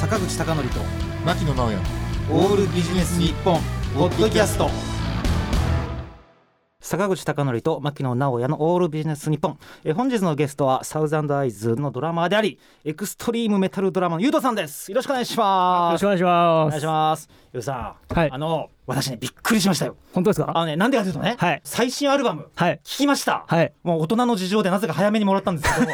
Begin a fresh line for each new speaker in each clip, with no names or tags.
坂口孝則と
牧野直哉
オールビジネス日本ポッドキャスト
坂口孝則と牧野直哉のオールビジネス日本えー本日のゲストはサウザンドアイズのドラマーでありエクストリームメタルドラマのゆうとさんですよろしくお願いし
よ
ま
ろし
す
くお願いします。
お願いしますゆうとさん、
はい
あの私ねびっくりしましたよ
本当です
あ
か
のねなんでかというとね、
はい
最新アルバム
はい。
聞きました、
はい。
もう大人の事情でなぜか早めにもらったんですけど、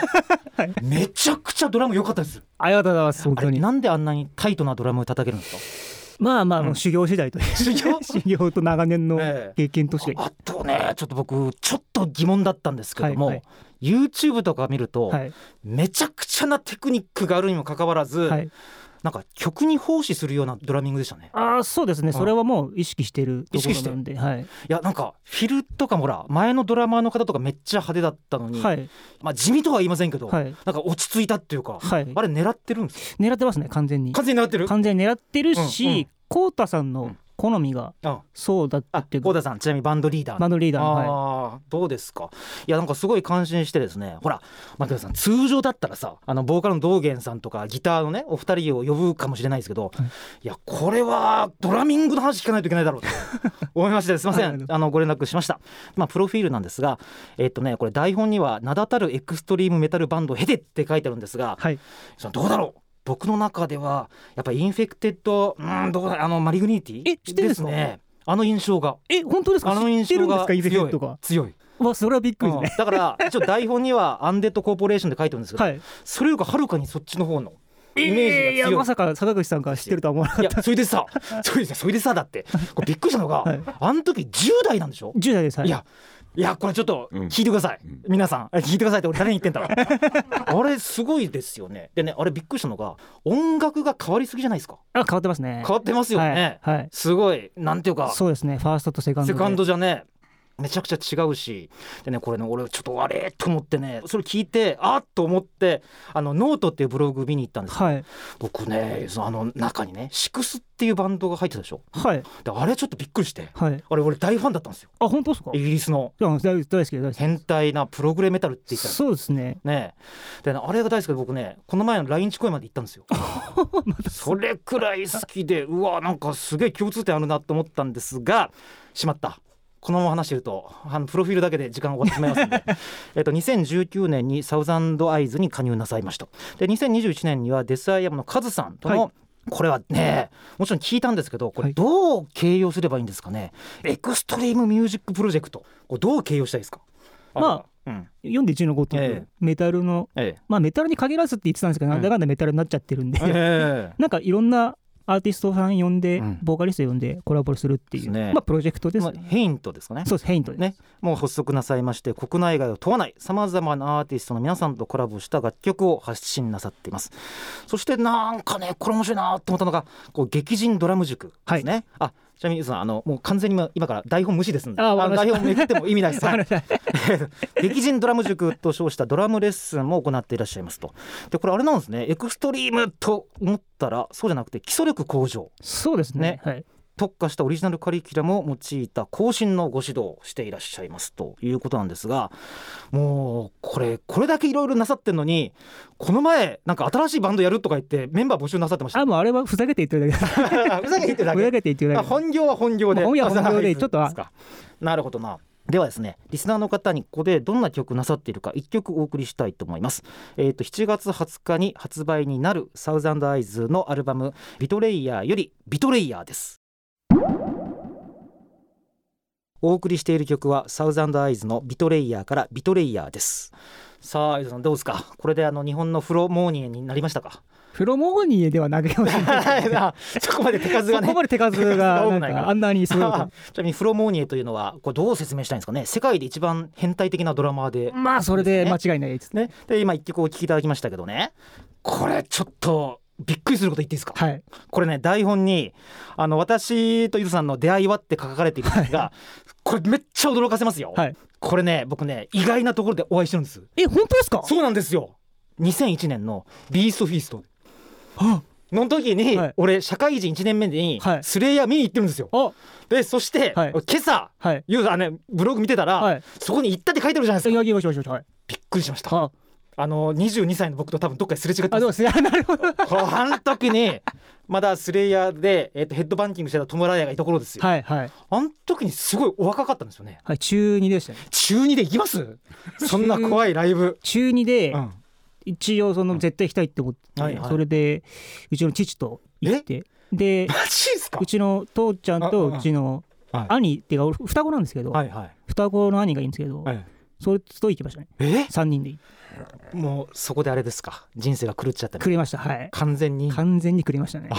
はい
めちゃくちゃドラム良かったです
ありがとうございます。本
あ
当
れ
に。
なんであんなにタイトなドラム叩けるんです
まあまあ、
うん
修行次第という。
修行
修行と長年の
ええ
経験として。
かあとねちょっと僕ちょっと疑問だったんですけども、
はいは
YouTube とか見ると、
はい。
めちゃくちゃなテクニックがあるにもかかわらず、
はい。
なんか曲に奉仕するようなドラミングでしたね
ああ、そうですね。それはもう意識してるところなんで。はい。
いやなんかフィルとかもほら前のドラマーの方とかめっちゃ派手だったのに、
はい。
まあ地味とは言いませんけど、
はい。
なんか落ち着いたっていうか、
はい。
あれ狙ってるんですか
狙ってますね。完全に。
完全に狙ってる
完全に狙ってる
うんうん
し、コウタさんの好みが
あ
そうだった
あ
っていう
小
か。
田さんちなみにバンドリーダー
バンドリー
あ
ダーの。は
あーどうですかいやなんかすごい感心してですねほら牧野さん通常だったらさあのボーカルの道元さんとかギターのねお二人を呼ぶかもしれないですけど、い、やこれはドラミングの話聞かないといけないだ ろうと思いましてすいませ
はい
んあのご連絡しましたまあプロフィールなんですがえっとねこれ台本には名だたるエクストリームメタルバンドを経てって書いてあるんですが
い。はい。
そのどうだろう僕の中ではやっぱインフェクテッドうーんどうだあのマリグニティ
え知ってるんですか
ねあの印象が
え、本当ですか
あの
知
印
ってる
象
んです
が
かイベ
強
ン
い
トが。
強い、
わ、それはびっくり
う
で
ん
すね。
だから一応台本にはアンデッドコーポレーションで書いてるんですけど、
はい。
それよりかはるかにそっちの方のイメージが強い,、
えーいや、まさか坂口さんが知ってるとは思わなか
い
っ
や
た。
それでさそれでさそれでさだってこれびっくりしたのが、
はい
あの時10代なんでしょ、
10代です。はい
い、やいやこれちょっと
うん
聞いてください、
うん
皆さんえ聞いてくださいって俺誰に言ってんだろう あれすごいですよねでねあれびっくりしたのが音楽が変わりすぎじゃないですか
あ、変わってますね。
変わってますよね、
はい。はい
すごいなんていうか
そうですね。ファーストとセカンドで。
セカンドじゃねめちゃくちゃ違うしでねこれね俺ちょっとあれと思ってねそれ聞いてあっと思ってあのノートっていうブログ見に行ったんです
はい。
僕ねそのあの中にねシクスっていうバンドが入ってたでしょ
はい。
であれちょっとびっくりして
はい。
あれ俺大ファンだったんですよ
あ、本当ですか
イ。ギリスの
いや、大大好きですけど、大好き
変態なプログレメタルって言ったら
そうですね。
ねでねあれが大好きで僕ねこの前の来日公演まで行ったんです よそれくらい好きでうわなんかすげえ共通点あるなと思ったんですがしまったこのまま話してるとあのプロフィールだけで時間終わってしまいますので えっと2019年にサウザンドアイズに加入なさいましたで2021年にはデスアイアムのカズさんとの、
は
これはねもちろん聞いたんですけどこ
は
れ
い
どう形容すればいいんですかね、エクストリームミュージックプロジェクトこれどう形容したいですか
ま
あ、うん
読んで1のごと
ええ
く、メタルの、
ええ
まあ、メタルに限らずって言ってたんですけど、なんだかんだメタルになっちゃってるんで、
ええ
なんかいろんなアーティストさん呼んで、
うん
ボーカリスト呼んでコラボするってい
で
う、
すね
まあ、プロジェクトです
まあ
ね。、
ヘイントですかね
そうです、ヘイントです。
ねもう発足なさいまして国内外を問わないさまざまなアーティストの皆さんとコラボした楽曲を発信なさっていますそしてなんかねこれ面白いなと思ったのがこう劇人ドラム塾ですね、あちなみにさんあのもう完全に今今から台本無視ですんで
あ
あ
わかり
の台
ました
本めくっても意味ない です、
わ
は
かり
い
ました
劇人ドラム塾と称したドラムレッスンも行っていらっしゃいますとでこれあれなんですねエクストリームと思ったらそうじゃなくて基礎力向上
そうですね
ね
はい。
特化したオリジナルカリキュラムを用いた更新のご指導をしていらっしゃいますということなんですがもうこれこれだけいろいろなさってるのにこの前なんか新しいバンドやるとか言ってメンバー募集なさってました
あ、もうあれはふざけて言ってるだけです。
ふざけてる だ
ふざ
け
けて言ってるだ
あ
けです。
本業は本業で
まあ本業は本業で
あそう
ちょっとは
ですかなるほどなではですねリスナーの方にここでどんな曲なさっているか1曲お送りしたいと思いますえっ、と7月20日に発売になるサウザンドアイズのアルバムビトレイヤーよりビトレイヤーですお送りしている曲はサウザンドアイズのビトレイヤーからビトレイヤーですさあ、ゆうさんどうですかこれであの日本のフロモーニエになりました か
フロモーニエでは投げようしれない。
そこまで手数
そ
がね
こまで手数
多
が、
く
なん
ないから
かあんなにすごいこと
あちなみにフロモーニエというのはこれどう説明したいんですかね世界で一番変態的なドラマーで,、
まあそれで間違いないですね。
ね、で今一曲お聴きいただきましたけどねこれちょっとびっくりすること言っていいですか、
はい。
これね台本にあの私とゆずさんの出会いはって書かれているんですが、これめっちゃ驚かせますよ、
はい
これね僕ね意外なところでお会いしてるんです
え、本当ですか
そうなんですよ2001年のビーストフィースト
あ
の時に、
はい
俺社会人1年目に
はい
スレイヤー見に行ってるんですよ、
あ
でそして、
はい
今朝
はい。
ユーザーねブログ見てたら、
はい
そこに行ったって書いてあるじゃないですか
いや、いやいやいやいやはい。
びっくりしました
あ
あの22歳の僕と多分どっかですれ違って
あ
ま
どう
す
ですねなる ほど
この時にまだスレイヤーで、えっとヘッドバンキングしてたトム・ライアーがいた頃ですよ、
はいはい
あの時にすごいお若かったんですよね
はい中二でしたね
中2で行きますそんな怖いライブ、
中二で、
うん、
一応その絶対行きたいって思って、
はいはい
それでうちの父と行って で
マジですか
うちの父ちゃんと
ああ
うちの
はい
兄っていうか俺双子なんですけど、
はいはい
双子の兄がいいんですけど、
はい
それと行きましたね
え
3人で
もうそこであれですか人生が狂っちゃった
くれましたはい
完全に
完全にくれましたね
あ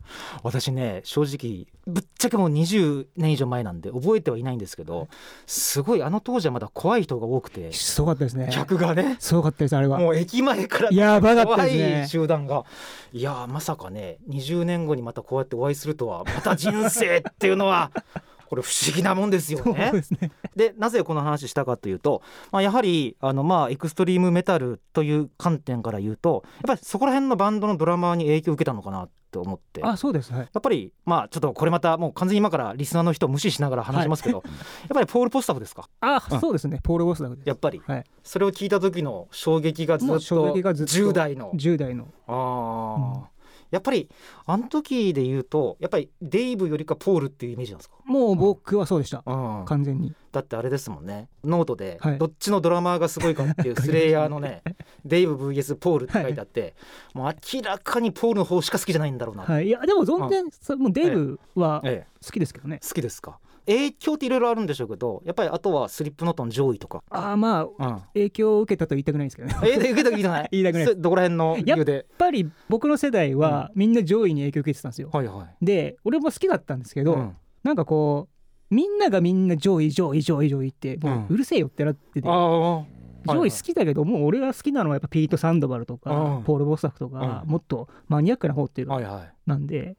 私ね正直ぶっちゃけもう20年以上前なんで覚えてはいないんですけどすごいあの当時はまだ怖い人が多くて
すごかったですね
客がね
すごかったですあれは
もう駅前から
やばかった
怖
ですね
い集団がいやーまさかね20年後にまたこうやってお会いするとはまた人生っていうのは これ不思議なもんですよ
そう
ね。
ですね
でなぜこの話したかというと、まあ、やはりあのまあエクストリームメタルという観点から言うとやっぱりそこら辺のバンドのドラマーに影響を受けたのかなと思って。
あそうですはい
やっぱりまあちょっとこれまたもう完全に今からリスナーの人を無視しながら話しますけど、やっぱりポール・ポスタフですか
あ
うん
そうですねポール・ボスだけで
やっぱり
はい
それを聞いた時の衝撃がずっと
もう衝撃がずっと
10代の
10代の
あ
うん
あ、やっぱりあの時で言うとやっぱりデイブよりかポールっていうイメージなんですか、
もう僕はそうでした
うん、
完全に
だってあれですもんねノートで
はい
どっちのドラマーがすごいかっていうスレイヤーの ねデイブ VS ポールって書いてあってもう明らかにポールの方しか好きじゃないんだろうな、
はいいやでも全然そもうデイブは
え
好きですけどね
え、好きですか影響っていろいろあるんでしょうけどやっぱりあとはスリップノートの上位とか、
ああまあ
うん、
影響を受けたとは言いたくないんですけどねやっ
え受けた時じゃない
言いたくない
それどこら辺の理由で
ぱり僕の世代はみんな上位に影響を受けてたんですよ
はいはい
で俺も好きだったんですけど、
うん
なんかこうみんながみんな上位上位上位上位って
う
も
ん
ううるせえよってなってて、
ああ
上位好きだけどもう俺が好きなのはやっぱピート・サンドバルとか、
うん
ポール・ボスタフとか、
うん
もっとマニアックな方っていうか
はいはい
なんで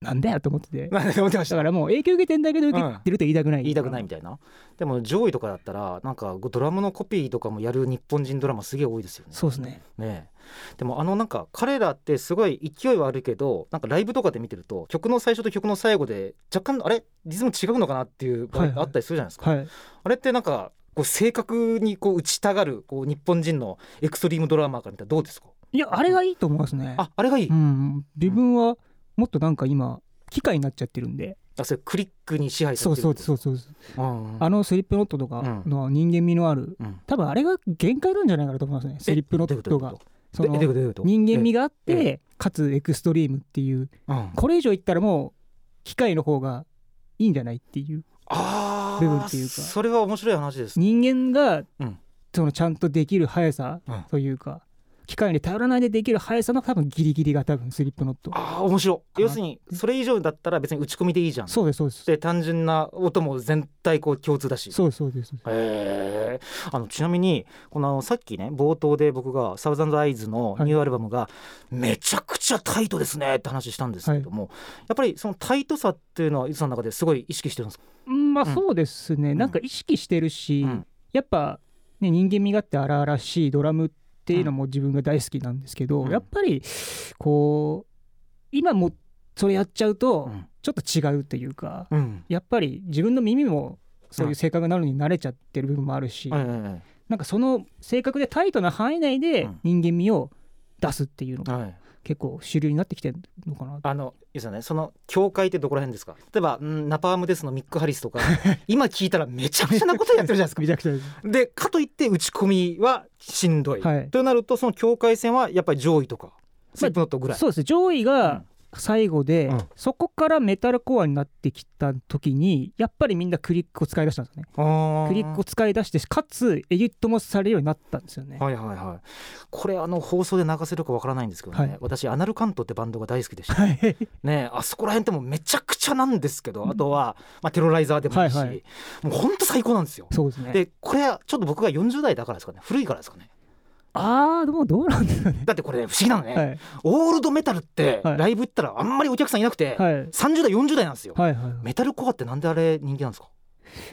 なんだよと思っててだ
何で思ってました
からもう影響受けてんだけど受けてると言いたくない、
言いたくないみたいなでも上位とかだったらなんかドラムのコピーとかもやる日本人ドラマすげえ多いですよね
そうですね
ねえでもあのなんか彼らってすごい勢いはあるけどなんかライブとかで見てると曲の最初と曲の最後で若干あれリズム違うのかなっていう場合
はいはい
あったりするじゃないですか、
はい
あれってなんかこう正確にこう打ちたがるこう日本人のエクストリームドラマーから見たらどうですか
いやあれがいいと思いますね
ああれがいい、
うん自分はもっとなんか今機械になっちゃってるんで、
あそれクリックに支配さ
そ
れ
う
てる
そうそうそ
う、う
う
んうん、
あのスリップノットとかの人間味のある、
うん
多分あれが限界なんじゃないかなと思いますねスリップノットがそ
どういうことど
の
ういうことどういうこと
人間味があっ
ええ
てかつエクストリームっていう
うん
これ以上いったらもう機械の方がいいんじゃないっていう
あ
部分
あ
っていうか
それは面白い話ですね
人間が
うん
そのちゃんとできる速さ
うん
というか機械に頼らないでできる速さの多分ギリギリが多分スリップノット
ああ面白い
な
要するにそれ以上だったら別に打ち込みでいいじゃん
そうですそうです
で単純な音も全体こう共通だし
そうですそうですそうです
へえあのちなみにこのさっきね冒頭で僕が「サウザンドアイズ」のニューアルバムがめちゃくちゃタイトですねって話したんですけども、やっぱりそのタイトさっていうのは伊豆さんの中ですごい意識してるんですか
うんまあ
うん
そうですねなんか意識してるし
うん
やっぱね人間味があって荒々しいドラムっていうのも自分が大好きなんですけ
う
ど
ん
やっぱりこう今もそれやっちゃうと
うん
ちょっと違うというか
うん
やっぱり自分の耳もそういう性格なのに慣れちゃってる部分もあるし、
ええ
なんかその性格でタイトな範囲内で
うん
人間味を出すっていうのが
はい、
結構主流になってきてるのかな
あの伊豆さんねその境界ってどこら辺ですか例えば、うん「ナパームです」のミック・ハリスと か今聞いたらめちゃくちゃなことやってるじゃないですか
めちゃくちゃです
でかといって打ち込みはしんどい、
はい
となるとその境界線はやっぱり上位とかスリップノットぐらい、
そうですね上位が最後で、
うん
そこからメタルコアになってきた時にやっぱりみんなクリックを使い出したんですよね
あー
クリックを使い出してかつエディットもされるようになったんですよね
はいはいはいこれあの放送で流せるかわからないんですけどね、
はい
私アナルカントってバンドが大好きで した
はい
ねあそこら辺ってもうめちゃくちゃなんですけどあとは、まあ、テロライザーでもいいし、
はいはい
もうほんと最高なんですよ
そうですね
でこれはちょっと僕が40代だからですかね古いからですかね
ああでもどうなんですかね
だってこれ不思議なのね、
はい
オールドメタルって
はい
ライブ行ったらあんまりお客さんいなくて、
はい
30代40代なんですよ、
はいはい
メタルコアってなんであれ人気なんですか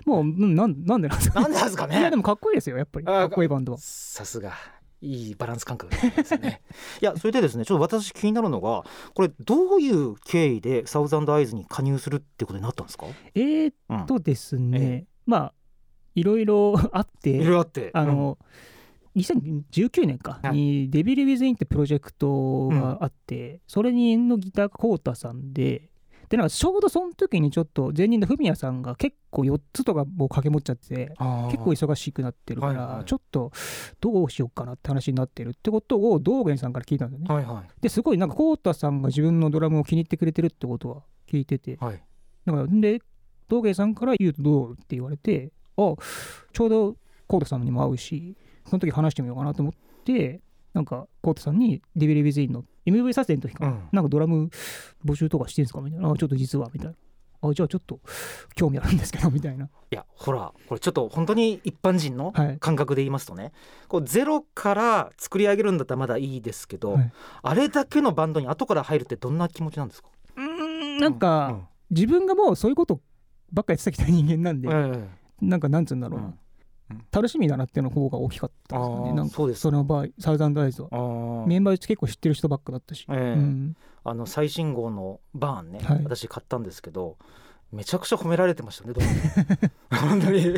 もううんなんなんでなんですか
なんでなんですか
いやで
ね。
もかっこいいですよやっぱり
あー
かっこいいバンドは
さすが。いいバランス感覚ですね。 いや、それでですね、ちょっと私気になるのが、これどういう経緯でサウザンドアイズに加入するってことになったんですか。
えー、
うん
っとですね、
え
まあいろいろ あっ
い
て
ろいろあって。
あの、 2019年か
はい
に「デビル・ウィズ・イン」ってプロジェクトがあって、それにのギターがコータさんででなんかちょうどその時にちょっと前任のフミヤさんが結構4つとかもう掛け持っちゃってて
結
結構忙しくなってるから、
はいはい
ちょっとどうしようかなって話になってるってことを道元さんから聞いたんだよね。
はいは
ですごいなんかコータさんが自分のドラムを気に入ってくれてるってことは聞いてて
いはい
だからで道芸さんから言うとどうって言われてあちょうどコートさんにも会うしその時話してみようかなと思ってなんかコートさんに「デビル・ビズ・イン」の MV 撮影の時か
う
な,、
ん
なんかドラム募集とかしてんすかみたいなあちょっと実はみたいなあじゃあちょっと興味あるんですけどみたいない
やほらこれちょっと本当に一般人の
はい
感覚で言いますとねこうゼロから作り上げるんだったらまだいいですけど、
はい
あれだけのバンドに後から入るってどんな気持ちなんですか
うーんなんか、自分がもうそういうことばっかりやってきた人間なんで、
え
なんかなんつうんだ
え
ろうな、
うん
楽しみだなっていうの方が大きかったですか
あ
ね
ー
なん
そう
か
です
その場合サウザンドアイズは
あー
メンバーうち結構知ってる人ばっかだったし、
ええ
うん、
あの最新号のバーンね、
はい
私買ったんですけどめちゃくちゃ褒められてましたねどうも 本当にも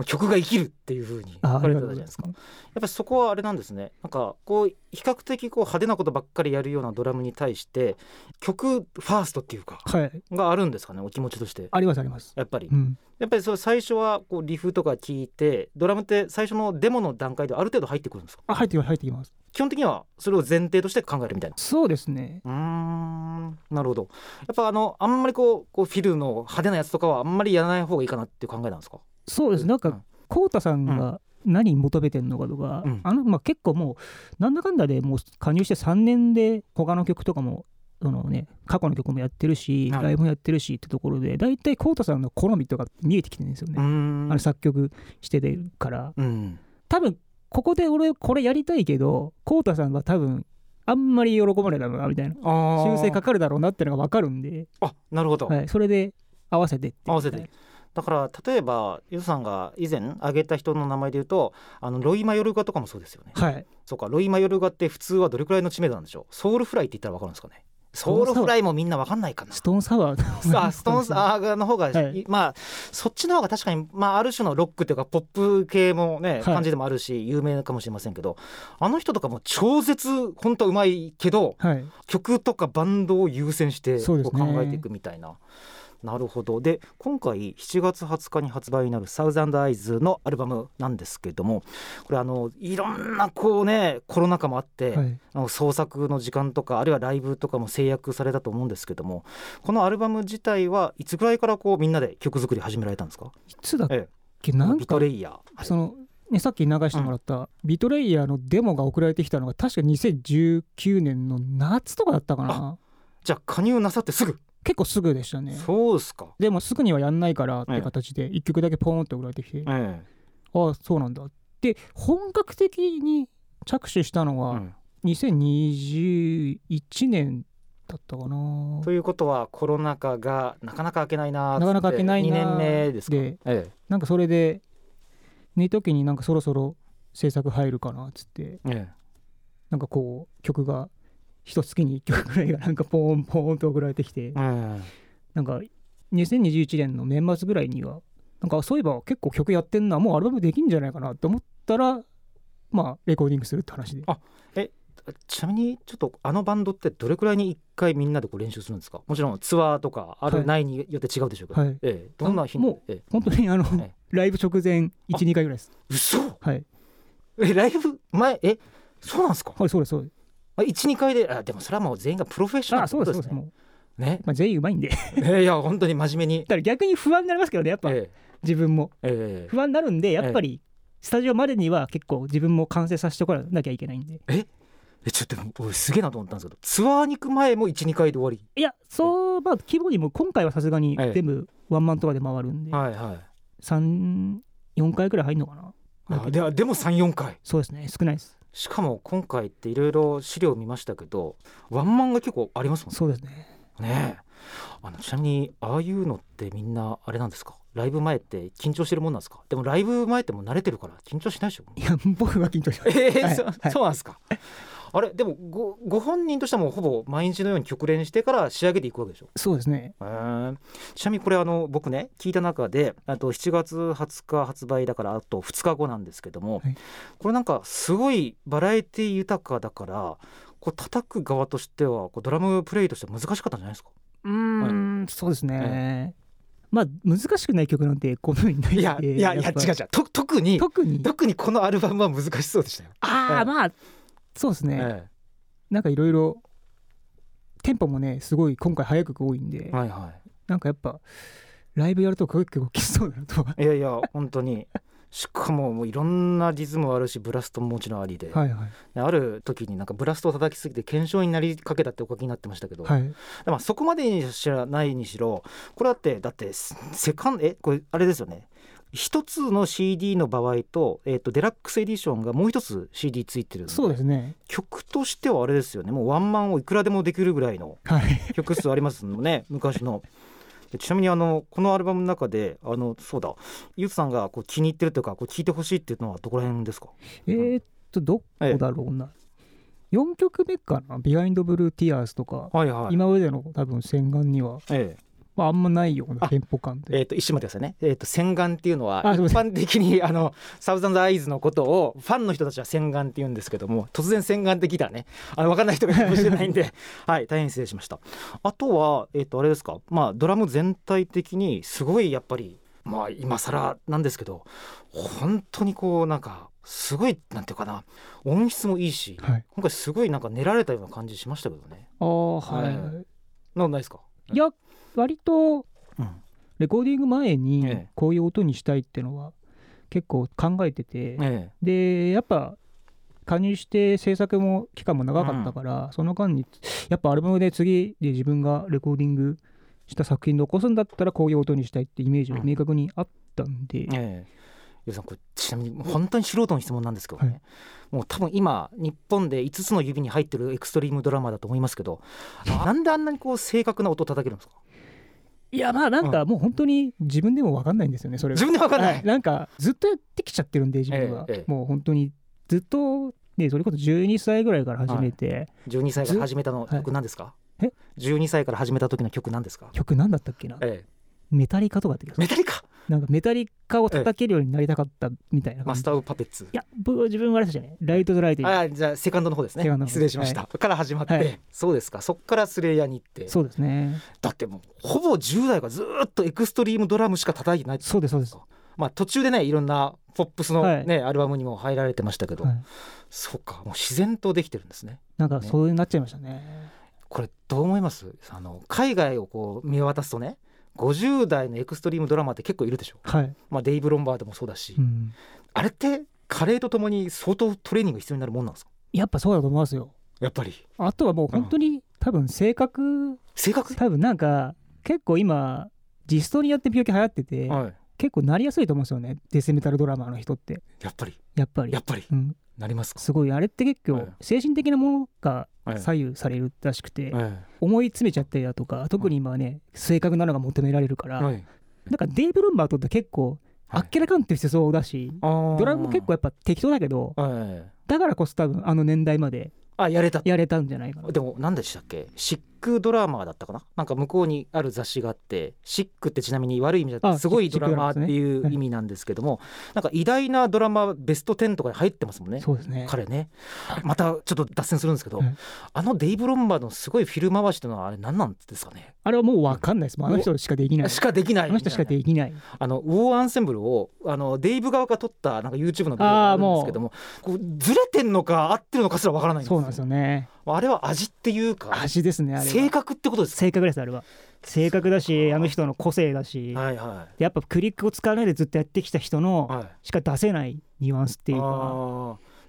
う曲が生きるっていう風に
あ
書
あ
か
り
れ
が
て
と
た
う
じゃないいで
ござま
す
す
か。やっぱりそこはあれなんですねなんかこう比較的こう派手なことばっかりやるようなドラムに対して曲ファーストっていうか
はい
があるんですかねお気持ちとして
ありますあります、
やっぱり
うん、
やっぱりそう最初はこうリフとか聞いてドラムって最初のデモの段階である程度入ってくるんですか
あ入ってきます入ってきます
基本的にはそれを前提として考えるみたいな
そうですね
うーんなるほどやっぱあのあんまりこうこうフィルの派手なやつとかはあんまりやらない方がいいかなっていう考えなんですか
そうですな
う
ん
ん
か浩太さんが何求めてんのかとか、
うん
あのまあ、結構もうなんだかんだでもう加入して3年で他の曲とかもその、ね、過去の曲もやってるし、
はい
ライブもやってるしってところで大体浩太さんの好みとか見えてきてるんですよ
うー
ね、
ん
あの作曲してるから
うん
多分ここで俺これやりたいけど浩太さんは多分あんまり喜ばれたのなみたいな
あー
修正かかるだろうなってのが分かるんで、
あなるほど、
はい、それで合わせてっていう
合わせてだから例えばゆずさんが以前挙げた人の名前で言うとあのロイ・マヨルガとかもそうですよね
はい
そうかロイ・マヨルガって普通はどれくらいの知名度なんでしょうソウルフライって言ったらわかるんですかねソウルフライもみんなわかんないかな
ストーンサワー
あストーンズあーの方が、
はい
まあそっちの方が確かに、まあ、ある種のロックというかポップ系もね、
い
感じでもあるし有名かもしれませんけどあの人とかも超絶本当はうまいけど
はい
曲とかバンドを優先して
そうです
こ
ね
う考えていくみたいな。なるほどで今回7月20日に発売になる「サウザンドアイズ」のアルバムなんですけれどもこれあのいろんなこうねコロナ禍もあって、
はい
あの創作の時間とかあるいはライブとかも制約されたと思うんですけどもこのアルバム自体はいつぐらいからこうみんなで曲作り始められたんですか
いつだっ
え
けなん
ビ
か
トレイヤー、はい
その、ね、さっき流してもらった、ビトレイヤーのデモが送られてきたのが確か2019年の夏とかだったかな
じゃあ加入なさってすぐ、
結構すぐでしたね
そうですか、
でもすぐにはやんないからって形で1曲だけポーンって送られてきて、
え
ああそうなんだで本格的に着手したの
えう
は
ん
2021年だったかな
ということはコロナ禍がなかなか開けないなーっつって
なかなか開けないなー
2年目ですか
で
え
なんかそれで寝時になんかそろそろ制作入るかなっつって
ええ
なんかこう曲が一月に1曲ぐらいがなんかポーンポーンと送られてきて
ええ
なんか2021年の年末ぐらいにはなんかそういえば結構曲やってんなもうアルバムできんじゃないかなと思ったらまあレコーディングするって話で
あちなみにちょっとあのバンドってどれくらいに1回みんなでこう練習するんですかもちろんツアーとかある、
はい
ないによって違うでしょうけど、
はい
ええどんな頻度
あも
でええ
本当にあの
はい
ライブ直前
あ
12回ぐらいです
嘘
はい
えライブ前えそうなんですか
はいそうですそうです
あ12回であでもそれはもう全員がプロフェッショナル
あ
って
そ
こ
うで
とです
すそうです
ね
も
ね
う、まあ、全員うまいんで だ か
えいや本当に真面目に
ら逆に不安になりますけどねやっぱ
え
自分も
ええ
不安になるんでやっぱりスタジオまでには結構自分も完成させておかなきゃいけないんで
えちょっと俺すげえなと思ったんですけどツアーに行く前も12回で終わ
いやそうまあ規模にも今回はさすがに
ええ
全部ワンマンとかで回るんで
りはいはい
34回くらい入るのかな
あででも34回
そうですね少ないです
しかも今回っていろいろ資料見ましたけどワンマンが結構ありますもんね
そうですね
ねえあのちなみにああいうのってみんなあれなんですかライブ前って緊張してるもんなんですかでもライブ前ってもう慣れてるから緊張しないでしょ
いや僕は緊張しま
え
す
ー
はい
そ
はい
そうなんですか。あれでもごご本人としてはもうほぼ毎日のように曲練してから仕上げていくわけでしょ
そうですね
へーちなみにこれあの僕ね聞いた中であと7月20日発売だからあと2日後なんですけども、
はい
これなんかすごいバラエティ豊かだからこう叩く側としてはこうドラムプレイとしては難しかったんじゃないですか
うーんそうですね、まあ難しくない曲なんてこのようにない
いや
んで
いやいや違
っ
う
ぱ
違うと特に
特に
特にこのアルバムは難しそうでしたよ。
あ
え
あ
え
まあそうですね、
え
なんかいろいろテンポもねすごい今回早い曲多いんで、
えはいは
なんかやっぱライブやるとか結構きそうだなとは
い、いやいや本当にしかももういろんなリズムあるしブラストももちろんありで、
はいはい
ある時になんかブラストを叩きすぎて検証になりかけたってお書きになってましたけど、
はい
まあそこまでにしらないにしろこれだってだってセセカンドえこれあれですよね一つの CD の場合と,、えっとデラックスエディションがもう一つ CD ついてるの
そうですね
曲としてはあれですよねもうワンマンをいくらでもできるぐらいの
はい
曲数ありますもんね 昔の。でちなみにあのこのアルバムの中であのそうだゆうとさんがこう気に入ってるというかこう聴いてほしいっていうのはどこら辺ですか
えー、っとどこだろうな、4曲目かな「ビハインドブルーティアーズとか、
はいは
今までの多分洗顔には、
え
まあ、あんまないようなテンポ感
え
で
えー、と一瞬待ってくださいね、えー、と洗顔っていうのは
あ
一
すいませ
般的にあのサウザンズアイズのことをファンの人たちは洗顔って言うんですけども突然洗顔って聞いたらねあの分かんない人がいるかもしれないん で、はい、大変失礼しましたあとは、えー、とあれですか、まあ、ドラム全体的にすごいやっぱり、まあ、今更なんですけど本当にこうなんかすごいなんていうかな音質もいいし
はい
今回すごいなんか練られたような感じしましたけどね
ああはい、
えなんかないですか、
いや割と
うん
レコーディング前
え
に
え
こういう音にしたいっていうのは結構考えてて、
え
でやっぱ加入して制作も期間も長かったから、その間にやっぱアルバムで次で自分がレコーディングした作品残すんだったらこういう音にしたいってイメージが明確にあったんで、
ええ、ゆうさんこれちなみに本当に素人の質問なんですけどね、
はい
もう多分今日本で5つの指に入ってるエクストリームドラマーだと思いますけどなんであんなにこう正確な音を叩けるんですか
いやまあなんかもう本当に自分でも分かんないんですよねそれが
自分で分かんない、
はいなんかずっとやってきちゃってるんで自分は、
ええええ
もう本当にずっとねそれこそ12歳ぐらいから始めて、
12歳から始めたの曲なんですか、
はい
12歳から始めた時の曲なんですか、
曲なんだったっけな
ええ、
メタリカとかだって
メタリカ
なんかメタリカを叩けるようになりたかったみたいな
マ
感
ス
じ
ター・オブ・パペッツ
いや、僕自分はあれでしたね。ライトドライトに。
ああじゃあセカンドの方ですね
セカンドの方
失礼しました、から始まって、
はい
そうですかそっからスレイヤーに行って
そうですね。
だってもうほぼ10代がずーっとエクストリームドラムしか叩いてない
そうです、そうです。
まあ途中でねいろんなポップスの
はい
ね、アルバムにも入られてましたけど、
はい
そうかもう自然とできてるんですね
なんかそうなっちゃいましたね。
これどう思いますあの海外をこう見渡すとね50代のエクストリームドラマーって結構いるでしょ、
はい。
まあ、デイブ・ロンバードもそうだし、
うん。
あれって加齢とともに相当トレーニング必要になるもんなんですか
やっぱそうだと思いますよ。
やっぱり
あとはもう本当に多分性格、
性格
多分なんか結構今、ジストニアって病気流行ってて、
はい
結構なりやすいと思うんですよね。デスメタルドラマーの人って。
やっぱり
やっぱり。
やっぱり
うん、
なりますか、
すごいあれって結
は
構
い
精神的なものが
はい
左右されるらしくて、
え
思い詰めちゃったりだとか特に今はね正確なのが求められるか
え
ら、
はい
なんかデイブ・ロンバートって結構あっけらかんとしてそうだし、ド
ド
ラムも結構やっぱ適当だけど
はい
だからこそ多分あの年代まで
あやれた
やれたんじゃないかな
でも何でしたっけシックドラマーだったかななんか向こうにある雑誌があってシックってちなみに悪い意味じゃなくて
あ
すごい
シッ
ド
ク
ラマーってい
シックドラマーです
う
ね
意味なんですけども、なんか偉大なドラマーベスト10とかに入ってますもんね
そうですね
彼ねまたちょっと脱線するんですけど、
はい
あのデイブ・ロンバードのすごいフィル回しっていうのはあれ何なんですかね
あれはもう分かんないですもうあの人しかできない
しかできない
あの人しかできない
あのウォーアンセンブルをあのデイブ側が撮ったなんか YouTube の動画があるんですけどもこうずれてんのか合ってるのかすらわからないんです
そ
よ
うなんですよね
あれは味っていうか
味ですねあれ
性
は
格ってことです
性格ですあれは性格だしあの人の個性だし、
かはいはい
でやっぱクリックを使わないでずっとやってきた人の
はい、
しか出せないニュアンスっていうか
あ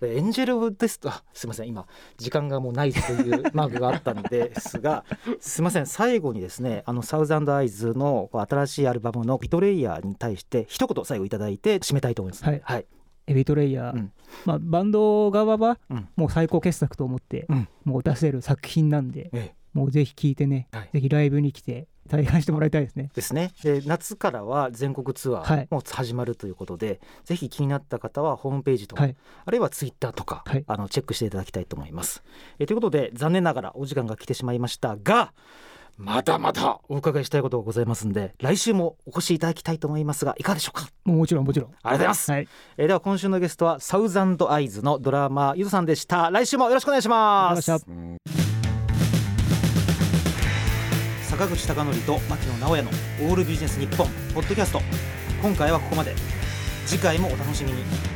ーエンジェル・オブ・デストあすいません今時間がもうないと いうマークがあったんですがすいません最後にですねあのサウザンド・アイズの新しいアルバムの「ビトレイヤー」に対して一言最後いただいて締めたいと思います。
はい
はい
エビトレイヤー、
うん
まあ、バンド側は
うん
もう最高傑作と思って、
うん
もう出せる作品なんで、
え
もうぜひ聴いてね、
はい
ぜひライブに来て体感してもらいたいですね。
ですねで夏からは全国ツア
はい
ーも始まるということで、ぜひ気になった方はホームページとか、
はい
あるいはツイッターとか、
はい
あのチェックしていただきたいと思います。えということで残念ながらお時間が来てしまいましたがまだまだお伺いしたいことがございますんで来週もお越しいただきたいと思いますがいかがでしょうか
もうもちろんもちろん。
ありがとうございます、
はい。
えーでは今週のゲストはサウザンドアイズのドラマーゆずさんでした来週もよろしくお願いし
あ
ま
りがとうご
す
ざいました
坂口孝則と牧野直哉の「オールビジネス日本ポッドキャスト今回はここまで次回もお楽しみに